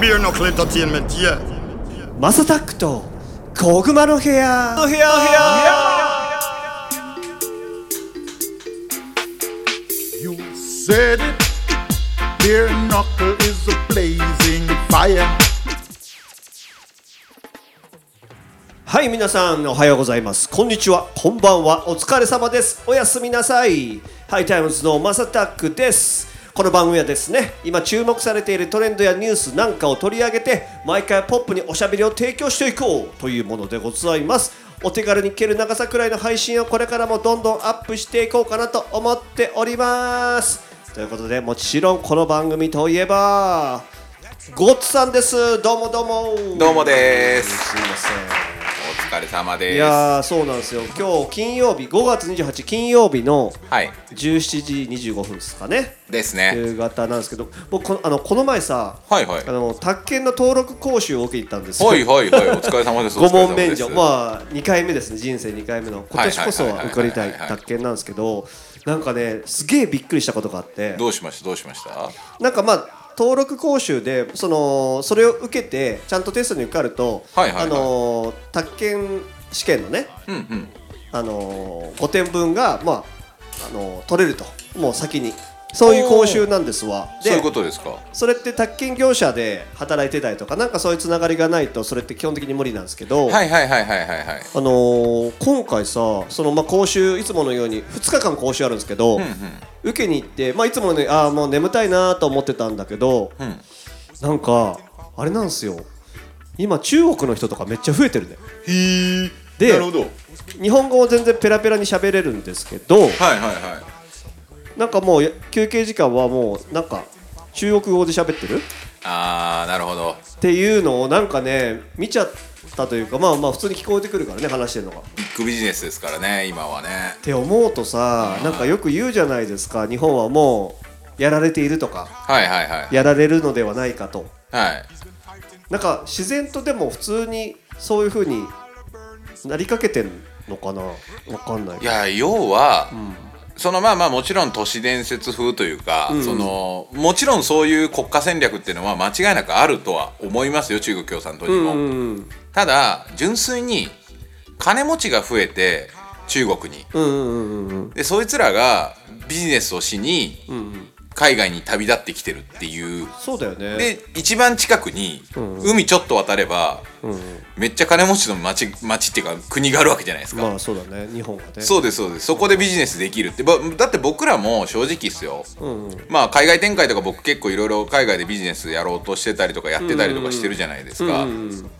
ビーのクリトチンメンティエマサタックと小熊の部屋の部屋部屋 You said it. Beer knuckle is a blazing fire. はい皆さんおはようございますこんにちはこんばんはお疲れ様ですおやすみなさいハイタイムズのマサタックですこの番組はですね今注目されているトレンドやニュースなんかを取り上げて毎回ポップにおしゃべりを提供していこうというものでございますお手軽に聞ける長さくらいの配信をこれからもどんどんアップしていこうかなと思っておりますということでもちろんこの番組といえばゴッツさんですどうもどうもどうもです。すいませんお疲れ様です。いやーそうなんですよ今日金曜日5月28日金曜日のはい。 17時25分ですかねですね。夕方なんですけど僕このあのこの前さはいはいあ。の宅建の登録講習を受けに行ったんですよはいは いはい。お疲れ様です。 5問免除あ。まあ2回目ですね人生2回目の今年こそはいははいはいはい受かりたい宅建なんですけどなんかねすげえびっくりしたことがあってどうしましたどうしましたなんかまあ登録講習でそのそれを受けてちゃんとテストに受かると、はいはいはいあのー宅建試験のねうんうん。あのー、5点分が、まああのー取れるともう先にそういう講習なんですわそうでいうことですか。それって宅建業者で働いてたりとかなんかそういうつながりがないとそれって基本的に無理なんですけど、はいはいはいはいはいはい。あのー今回さその、まあ、講習いつものように2日間講習あるんですけど、うん受けに行って、まあ、いつものようにああもう眠たいなと思ってたんだけどうん。うん。なんかあれなんですよ今中国の人とかめっちゃ増えてるねへえ。でなるほど。はい日本語を全然ペラペラに喋れるんですけど、はいはい。なんかもうや休憩時間はもうなんか中国語で喋ってるっあー、なるほど。ていうのをなんかね見ちゃったというかまあまあ普通に聞こえてくるからね話してるのが。っビッグビジネスですからね、今はね。て思うとさなんかよく言うじゃないですか日本はもうやられているとかはいはいはい。やられるのではないかとはい。なんか自然とでも普通にそういう風になりかけてんのかなわかんないいけどや、要は、そのまあまあもちろん都市伝説風というか、そのもちろんそういう国家戦略っていうのは間違いなくあるとは思いますよ中国共産党にも、うんただ純粋に金持ちが増えて中国にうんうんうんうんでそいつらがビジネスをしにうんうん海外に旅立ってきてるっていうそうだよねで一番近くに海ちょっと渡ればうんうんめっちゃ金持ちの町町っていうか国があるわけじゃないですか、まあそうだね日本はねそうですそうですそこでビジネスできるってばだって僕らも正直っすようんうんまあ海外展開とか僕結構いろいろ海外でビジネスやろうとしてたりとかやってたりとかしてるじゃないですか、うんうん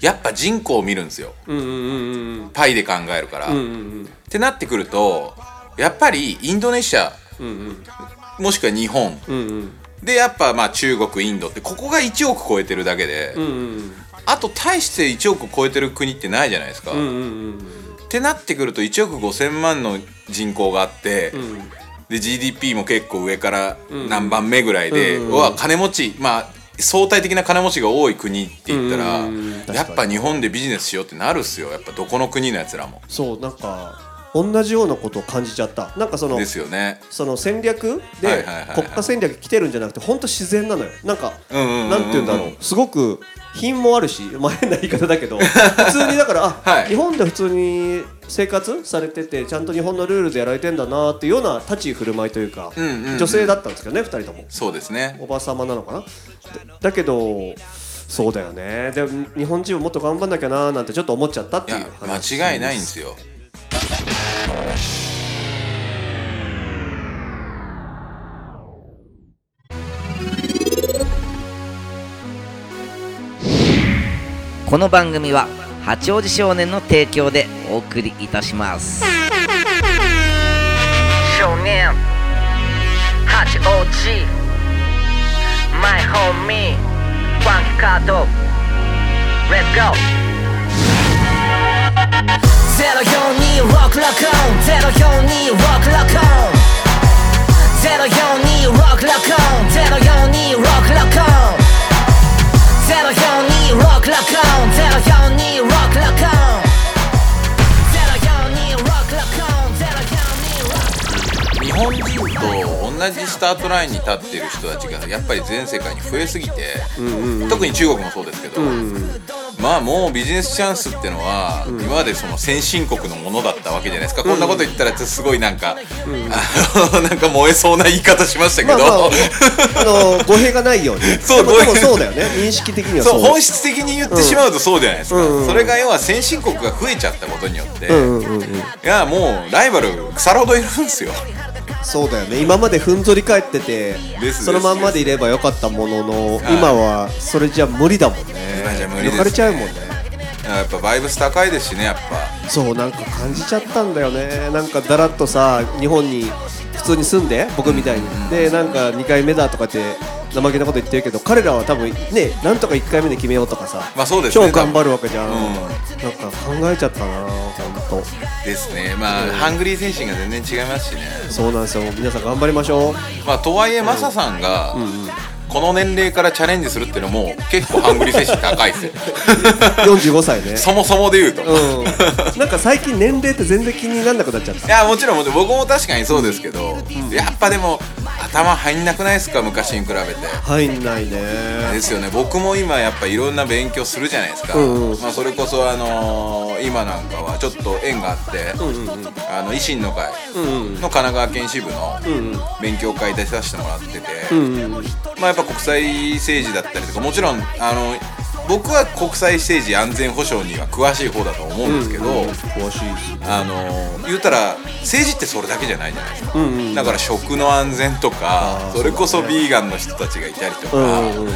やっぱ人口を見るんですようんうんうんうんパイで考えるから、うんっうんてなってくるとやっぱりインドネシアうんもしくは日本うんうんでやっぱまあ中国インドってここが1億超えてるだけで、うんうんあと大して1億超えてる国ってないじゃないですか、うんうっんうんてなってくると1億5,000万の人口があって、うんで GDP も結構上から何番目ぐらいで、うんは金持ちまあ相対的な金持ちが多い国って言ったら、うん確かにやっぱ日本でビジネスしようってなるっすよやっぱどこの国のやつらも。そうなんか同じようなことを感じちゃったなんかそのですよね。その戦略はいではいはいはい国家戦略来てるんじゃなくて本当自然なのよなんかうんうんうんうんなんて言うんだろうすごく品もあるしまあ変な言い方だけど普通にだからあはい日本で普通に生活されててちゃんと日本のルールでやられてんだなっていうような立ち居振る舞いというかうんうんうん女性だったんですけどね2人ともそうですね。おばさまなのかなだだけどそうだよねで日本人ももっと頑張んなきゃなーなんてちょっと思っちゃったっいていうや話間違いないんですよ。この番組は八王子少年の提供でお送りいたします少年八王子マイホーミーワンカードレッツゴーゼロ四二六六ゼロ四二六六ゼロ四二六六ゼロ四二六六ゼロ四二六六ゼロ四二六六ゼロ四二六六ゼロ四二六六日本人と同じスタートラインに立ってる人たちがやっぱり全世界に増えすぎて、特に中国もそうですけど、まあもうビジネスチャンスってのは、今までその先進国のものだったわけじゃないですか、こんなこと言ったらちょっとすごいなんか、あの なんか燃えそうな言い方しましたけまあど、まあ、 あの語弊がないようにでそうもで語も弊そうだよね認識的にはそそうう本質的に言ってしまうとそうじゃないですか、うんうんそれが要は先進国が増えちゃったことによって、うんうんうんうんいやもうライバル腐るほどいるんですよそうだよね今までふんぞり返っててですそのまんまでいればよかったもののはい今はそれじゃ無理だもんね今じゃ無理です抜かれちゃうもんねやっぱバイブス高いですしねやっそうなんか感じちゃったんだよねなんかだらっとさ日本に普通に住んで僕みたいに、でなんか2回目だとかって怠けなこと言ってるけど彼らは多分ねなんとか1回目で決めようとかさ、まあそうですね超頑張るわけじゃん、うんなんか考えちゃったな本ぱですねまあ、ハングリー精神が全然違いますしね当そうなんですよ皆さん頑張りましょうまあとはいえマサさんが、この年齢からチャレンジするっていうのも結構ハングリー精神高い ですよ45歳ね そもそもで言うと、うん、なんか最近年齢って全然気にならなくなっちゃっいたやもちろんもちろん僕も確かにそうですけど、やっぱでも頭入んなくないですか昔に比べて入んないねですよね僕も今やっぱいろんな勉強するじゃないですか、うんうんまあ、それこそ、あのー今なんかはちょっと縁があって、あの維新の会の神奈川県支部の勉強会でさせてもらってて、まあ、やっぱ国際政治だったりとかもちろんあの僕は国際政治安全保障には詳しい方だと思うんですけど、詳しいしあの言うたら政治ってそれだけじゃないじゃないですか、だから食の安全とかそれこそビーガンの人たちがいたりとか、うんう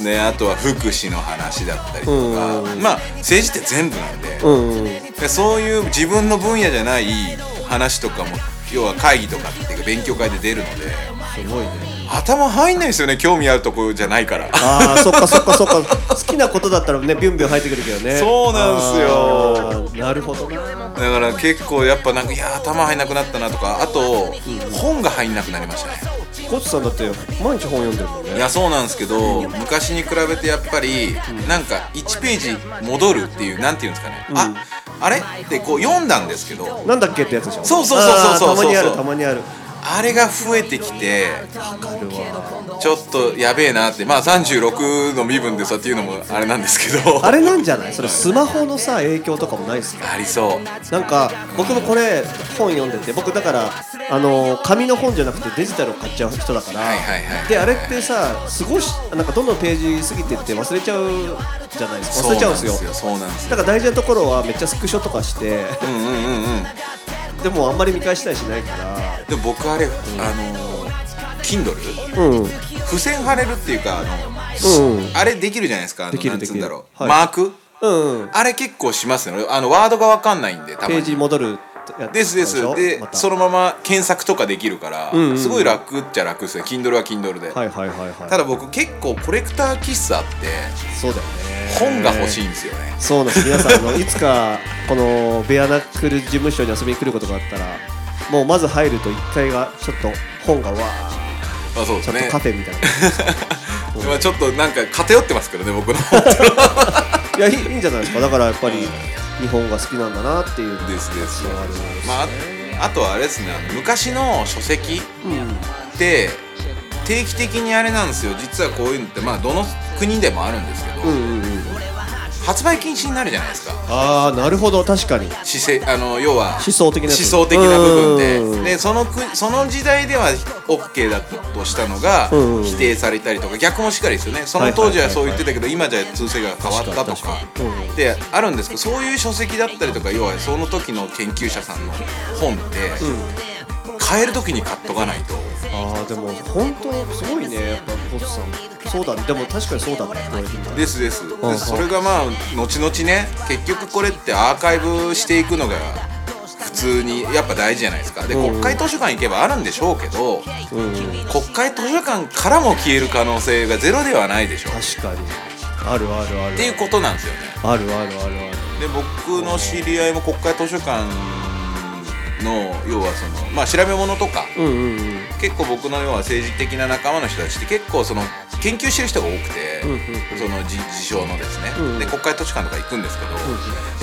んね、あとは福祉の話だったりとか、うんまあ政治って全部なんで,、うんうんでそういう自分の分野じゃない話とかも要は会議とかっていうか勉強会で出るので。すごいね頭入んないですよね興味あるところじゃないからああそっかそっかそっか好きなことだったらねビュンビュン入ってくるけどねそうなんすよなるほどなだから結構やっぱなんかいや頭入んなくなったなとかあと本が入んなくなりましたねコッチさんだって毎日本読んでるもんいねやそうなんですけど、昔に比べてやっぱり、なんか1ページ戻るっていうなんていうんですかね、ああれってこう読んだんですけどなんだっけってやつでしょそうそうそうそうそうそあーたまうにあるたまにあるあれが増えてきてあるわちょっとやべえなってまあ36の身分でさっていうのもあれなんですけ どあれなんじゃないそれスマホのさ影響とかもないっすかありそうなんか僕もこれ本読んでて僕だからあの紙の本じゃなくてデジタルを買っちゃう人だから、はいはいはいであれってさすごいしなんかどんどんページ過ぎてって忘れちゃうじゃないですか忘れちゃうんですよそうなんですよだから大事なところはめっちゃスクショとか してそうなんですようんうんうんうんでもあんまり見返したりしないからでも僕あれ、あのー Kindle うん付箋貼れるっていうかあの、うんあれできるじゃないですかあのできるなんつうんだろできう、るマはークうん、あれ結構しますね俺あのワードがわかんないんでたまペーにジ戻るやつですですしょでまたそのまま検索とかできるから、んうんうんすごい楽っちゃ楽ですね Kindle は Kindle で、はいはいはいはいただ僕結構コレクター気質あってそうだよね本が欲しいんですよねそうなんです皆さんあ のいつかこのベアナックル事務所に遊びに来ることがあったらもうまず入ると1階がちょっと本がわーまあそうでちょすっとねカフェみ たいな、まあちょっとなんか偏ってますけどね僕のいやいいいいんじゃないですかだからやっぱり日本が好きなんだなっていうのがですですあるまあああとはあれですねあの昔の書籍って定期的にあれなんですよ実はこういうのってまあどの国でもあるんですけど、うんうんうん発売禁止になるじゃないですかああなるほど確かに姿勢あの要は思想的なや思つ想的な部分うんででそのくその時代では OK だとしたのがうん否定されたりとか逆もしっかりですよねその当時はそう言ってたけど今じゃ通世が変わった確かとかに確かにであるんですけどそういう書籍だったりとか要はその時の研究者さんの本って買える時に買っとかないとああでも本当すごいねやっぱボスさんそうだねでも確かにそうだねですですでうんそれがまあ後々ね結局これってアーカイブしていくのが普通にやっぱ大事じゃないですかで国会図書館行けばあるんでしょうけど国会図書館からも消える可能性がゼロではないでしょうっ確かにあるあるあるていうことなんですよねあるあるあるあるで僕の知り合いも国会図書館の要はそのまあ調べ物とかうんうんうん結構僕の要は政治的な仲間の人たちって結構その研究してる人が多くて、その自自称のですね、で国会図書館とか行くんですけど、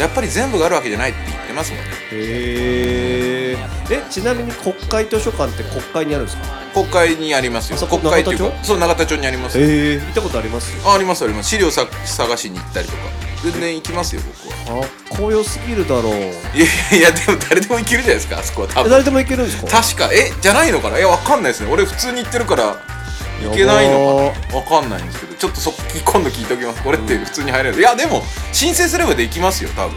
やっぱり全部があるわけじゃないって言ってますもんねへええちなみに国会図書館って国会にあるんですか国会にありますよあそこ国会っていう永田かそう永田町にありますよへえ行ったことありますあありますあります資料さ探しに行ったりとか全然行きますよ僕はかっこよすぎるだろういやいやいやでも誰でも行けるじゃないですかあそこは多え分誰でも行けるんですか確かえじゃないのかないやわかんないですね俺普通に行ってるから行けないのかなわかんないんですけどちょっとそこ今度聞いておきますこれって普通に入れるいやでも申請すればできますよ多分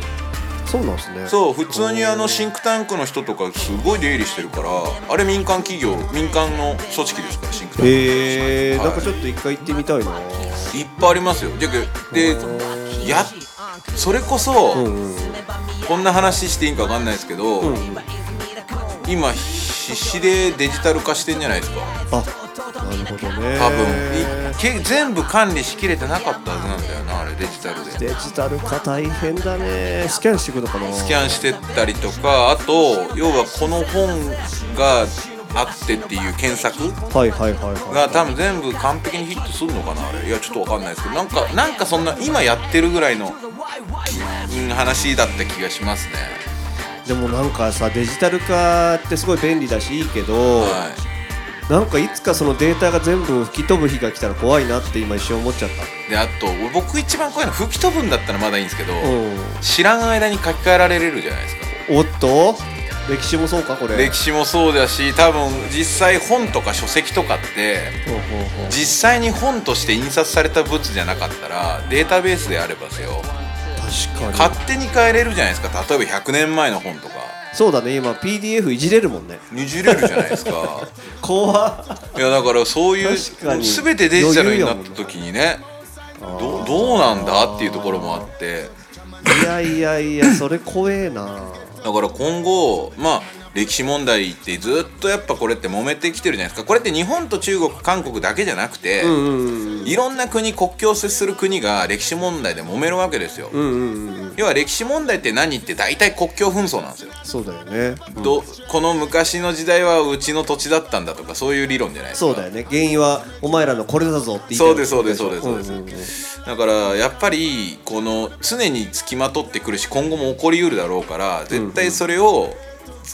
そうなんですねそう普通にあのシンクタンクの人とかすごい出入りしてるからあれ民間企業民間の組織ですからシンクタンクへえはいなんかちょっと一回行ってみたいないっぱいありますよででやそれこそ、こんな話していいんかわかんないですけど、今必死でデジタル化してんじゃないですかあなるほどね多分いけ全部管理しきれてなかったはずなんだよなあれデジタルでデジタル化大変だ ねスキャンしていくのかなスキャンしてったりとかあと要はこの本があってっていう検索はいはいはいはいが多分全部完璧にヒットするのかなあれいやちょっとわかんないですけどなんかなんかそんな今やってるぐらいのうん話だった気がしますねでもなんかさデジタル化ってすごい便利だしいいけど、はなんかいつかそのデータが全部吹き飛ぶ日が来たら怖いなって今一瞬思っちゃっいであと僕一番怖いの吹き飛ぶんだったらまだいいんですけど、た、うん、知らん間に書き換えられるじゃないですかおっと歴史もそうかこれ歴史もそうだし多分実際本とか書籍とかってほうほうほう実際に本として印刷された物じゃなかったらデータベースであればですよ確か勝に手に変えれるじゃないですか例えば100年前の本とかそうだね今 PDF いじれるもんねにじれるじゃないですか 怖っいやだからそういう確かに全てデジタルになった時にねどどうなんだっていうところもあっていやいやいやそれ怖え なだから今後まあ歴史問題ってずっとやっぱこれって揉めてきてるじゃないですかこれって日本と中国韓国だけじゃなくて、うんうんいろんな国国境を接する国が歴史問題で揉めるわけですよ、うんうんうん要は歴史問題って何って大体国境紛争なんですよ、そうだよねどこの昔の時代はうちの土地だったんだとかそういう理論じゃないですかそうだよね原因はお前らのこれだぞって言いたいそうですそうですそうですそうです、んんんだからやっぱりこの常につきまとってくるし今後も起こりうるだろうから絶対それを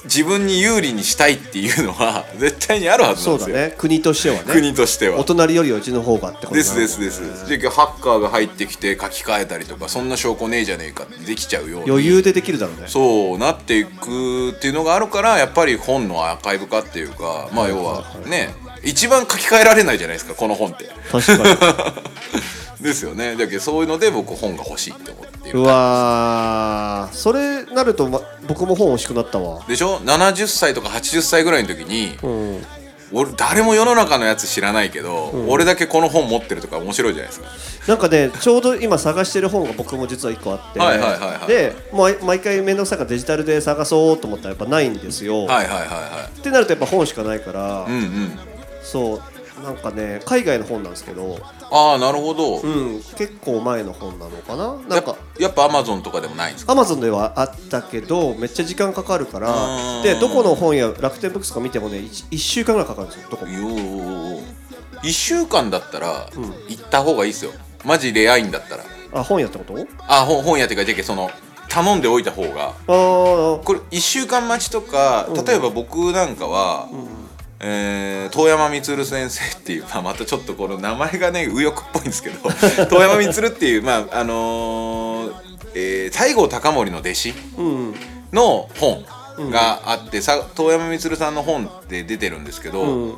自分に有利にしたいっていうのは 絶対にあるはずなそんうだですよ、ね国としてはね国としてはお。隣よりはうちの方がってことになるですですです。でハッカーが入ってきて書き換えたりとかそんな証拠ねえじゃねえかってできちゃうように余裕でできるだろうねそうなっていくっていうのがあるからやっぱり本のアーカイブ化っていうかまあ要はね一番書き換えられないじゃないですかこの本って。確かですよねだけどそういうので僕本が欲しいって思ってにるうわーそれなると、ま、僕も本欲しくなったわでしょ70歳とか80歳ぐらいの時に、うん俺誰も世の中のやつ知らないけど、俺だけこの本持ってるとか面白いじゃないですかなんかねちょうど今探してる本が僕も実は1個あって、はいはいはいはいでもう毎回面倒くさいからデジタルで探そうと思ったらやっぱないんですよ、はいはいはいはってなるとやっぱ本しかないから、いうんうんそうなんかね海外の本なんですけど、ああなるほど、うん、結構前の本なのかななやんかっやっぱアマゾンとかでもないんですかアマゾンではあったけどめっちゃ時間かかるからうんでどこの本や楽天ブックスとか見てもね 1, 週間ぐらいかかるんですよどこもよー1週間だったら行った方がいいですよマジレアいんだったらあ本屋ってことあ本本屋っていうかじゃけその頼んでおいた方があこれ1週間待ちとか例えば僕なんかは、えー遠山光先生っていう、まあ、またちょっとこの名前がね右翼っぽいんですけど 遠山光っていうまああのーえー西郷隆盛の弟子あうんの本があって、さ遠山光さんの本って出てるんですけど、うん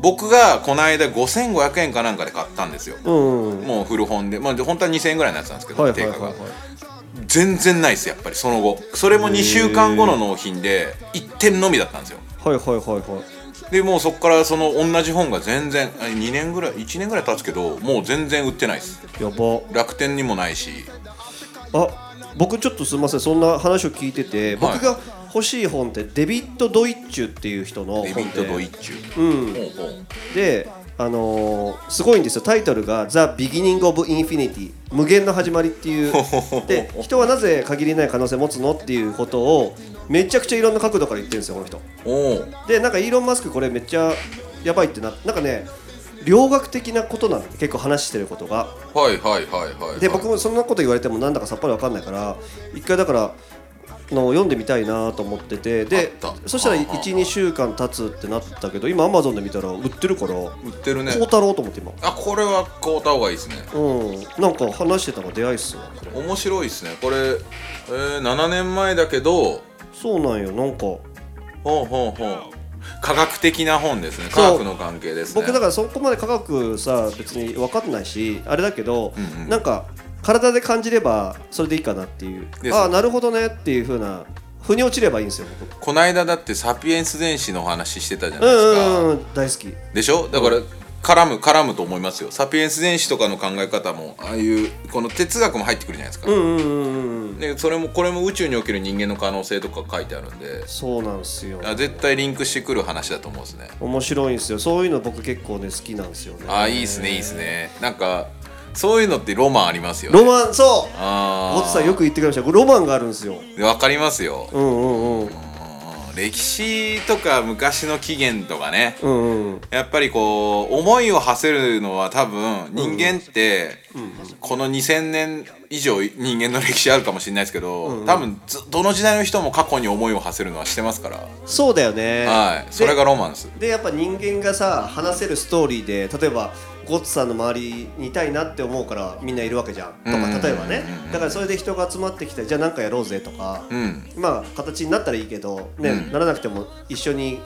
僕がこの間5500円かなんかで買ったんですよ、うんもう古本で、まあ、本当は2000円ぐらいのやつなんですけど、はいはい定は価いはがい全然ないですやっぱりその後それも2週間後の納品で1点のみだったんですよはいはいはいはいでもうそこからその同じ本が全然あ2年ぐらい1年ぐらい経つけどもう全然売ってないですやば楽天にもないしあ僕ちょっとすみませんそんな話を聞いてて僕はいが欲しい本ってデビッド・ドイッチュっていう人のデビ本ット・ドイでッチうんュほうほうであのーすごいんですよタイトルが「The Beginning of Infinity」無限の始まりっていう で人はなぜ限りない可能性を持つのっていうことをめちゃくちゃいろんな角度から言ってるんですよこの人おうでなんかイーロン・マスクこれめっちゃやばいってななんかね両学的なことなの結構話してることがはいはいはいはいはいで僕もそんなこと言われてもなんだかさっぱりわかんないから一回だからの読んでみたいなと思っててであったそしたらああああ12週間経つってなったけど今アマゾンで見たら売ってるから売ってるねこうたろうと思って今あこれは買うた方がいいですねうんなんか話してたの出会いっすわこれ面白いですねこれ、えー、7年前だけどそうなんよなんかほうほうほう科学的な本ですね科学の関係ですね僕だかからそこまで科学さ別に分かんないしあれだけど、うんうんなんか体で感じればそれでいいかなっていうですああなるほどねっていうふうな腑に落ちればいいんですよ僕こないだだってサピエンス全史のお話してたじゃなういですんうか、んうん大好きでしょだから、絡む絡むと思いますよサピエンス全史とかの考え方もああいうこの哲学も入ってくるじゃないですか、うんうんうんうんうんでそれもこれも宇宙における人間の可能性とか書いてあるんでそうなんですよあ絶対リンクしてくる話だと思うんですね面白いんですよそういうの僕結構ね好きなんですよねあいいですねいいですねなんかそういうのってロマンありますよねロマンそうあゴッツさんよく言ってくれましたこれロマンがあるんですよくわかりますよ、うんうんうんうん歴史とか昔の起源とかねうんうんやっぱりこう思いを馳せるのは多分人間ってこの2,000年以上人間の歴史あるかもしれないですけど多分ずどの時代の人も過去に思いを馳せるのはしてますからそうだよねはいそれがロマンですでやっぱ人間がさ話せるストーリーで例えばゴッツさんの周りにいたいなって思うからみんないるわけじゃんとうんうんうんかうん例えばねだからそれで人が集まってきてじゃあ何かやろうぜとか、うんまあ形になったらいいけど、ねうんならなくても一緒に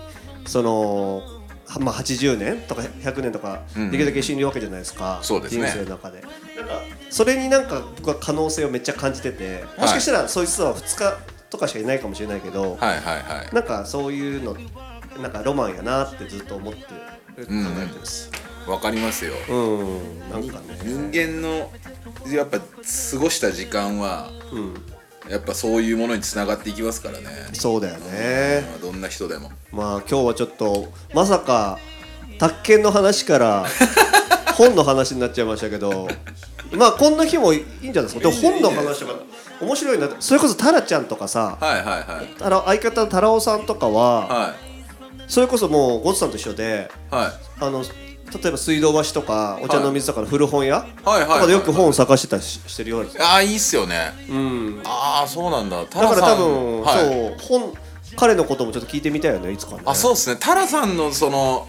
その、はまあ、80年とか100年とかうんできるだけ一緒にいるわけじゃないですか、そうですね人生の中でなんかそれになんか僕は可能性をめっちゃ感じててもしかしたらそいつは2日とかしかいないかもしれないけど、はいはいはいなんかそういうのなんかロマンやなってずっと思って考えてますわかりますようん、なんかね人間のやっぱ過ごした時間はうんやっぱそういうものにつながっていきますからねそうだよねまあどんな人でもまあ今日はちょっとまさか宅建の話から 本の話になっちゃいましたけどまあこんな日もいいんじゃないですかでも本の話とか面白いなってそれこそタラちゃんとかさはいはいはいタラ相方のタラオさんとかははそれこそもうゴツさんと一緒でいはいあの例えば水道橋とかお茶の水とかの古本屋とはいはいかでよく本を探してたりししてるようなんですよああいいっすよねうんああそうなんだだかだから多分、そう本彼のこともちょっと聞いてみたいよねいつかねあそうですねタラさんのその思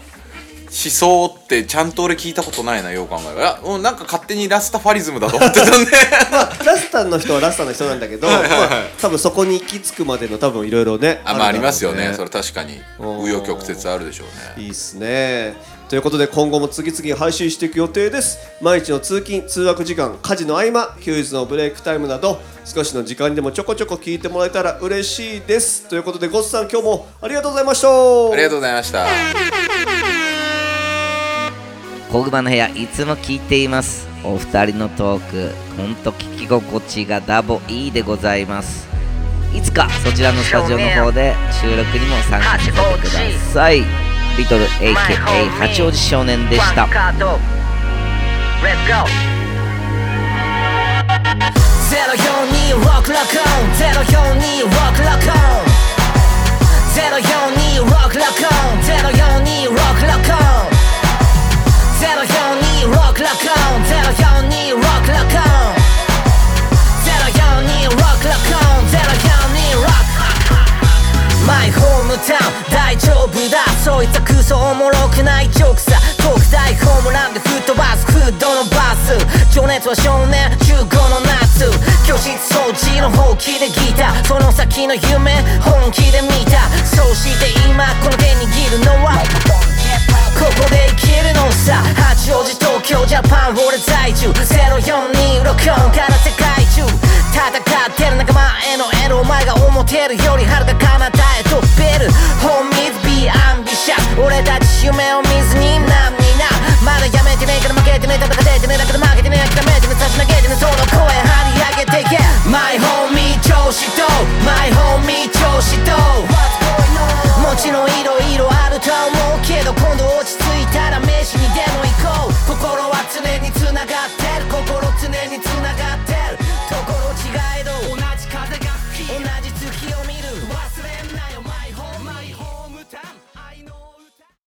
想ってちゃんと俺聞いたことないなよう考えたらうんなんか勝手にラスタファリズムだと思ってたんでまあラスタンの人はラスタンの人なんだ けど、はいはいはいまあ、多分そこに行き着くまでの多分いろいろねあまああり ますよるだねろうそれ確かにおー紆余曲折あるでしょうねいいっすねということで今後も次々配信していく予定です毎日の通勤通学時間家事の合間休日のブレイクタイムなど少しの時間でもちょこちょこ聞いてもらえたら嬉しいですということでゴッツさん今日もありがとうございましたありがとうございました小熊の部屋いつも聞いていますお二人のトークほんと聞き心地がダボいいでございますいつかそちらのスタジオの方で収録にも参加させてくださいリトル AKA 八王子少年でした Let's go! 042 rock lock on 042 rock lock on 042 rock lock on 042 rock lock on 042 rock lock on 042 rock lock on 042 rock lock on 042 rock マイホームタウン大丈夫だそいつはクソおもろくないジョークさ特大ホームランで吹っ飛ばすフードのバス情熱は少年中5の夏教室掃除の放棄でギターその先の夢本気で見たそうして今この手握るのはここで生きるのさ八王子東京ジャパン俺在住0426から世界中戦ってる仲間へのエロお前が思ってるよりはるか彼方へ飛べる Homies be ambitious 俺たち夢を見ずに何になまだやめてねえから負けてねえ戦っててねえだから負けてねえ諦めてねえ差し投げてねえその声張り上げていけ My homie 調子と My homie 調子ともちろんいろいろあるとは思うけど今度落ち着いたら飯にでも行こう心は常につなが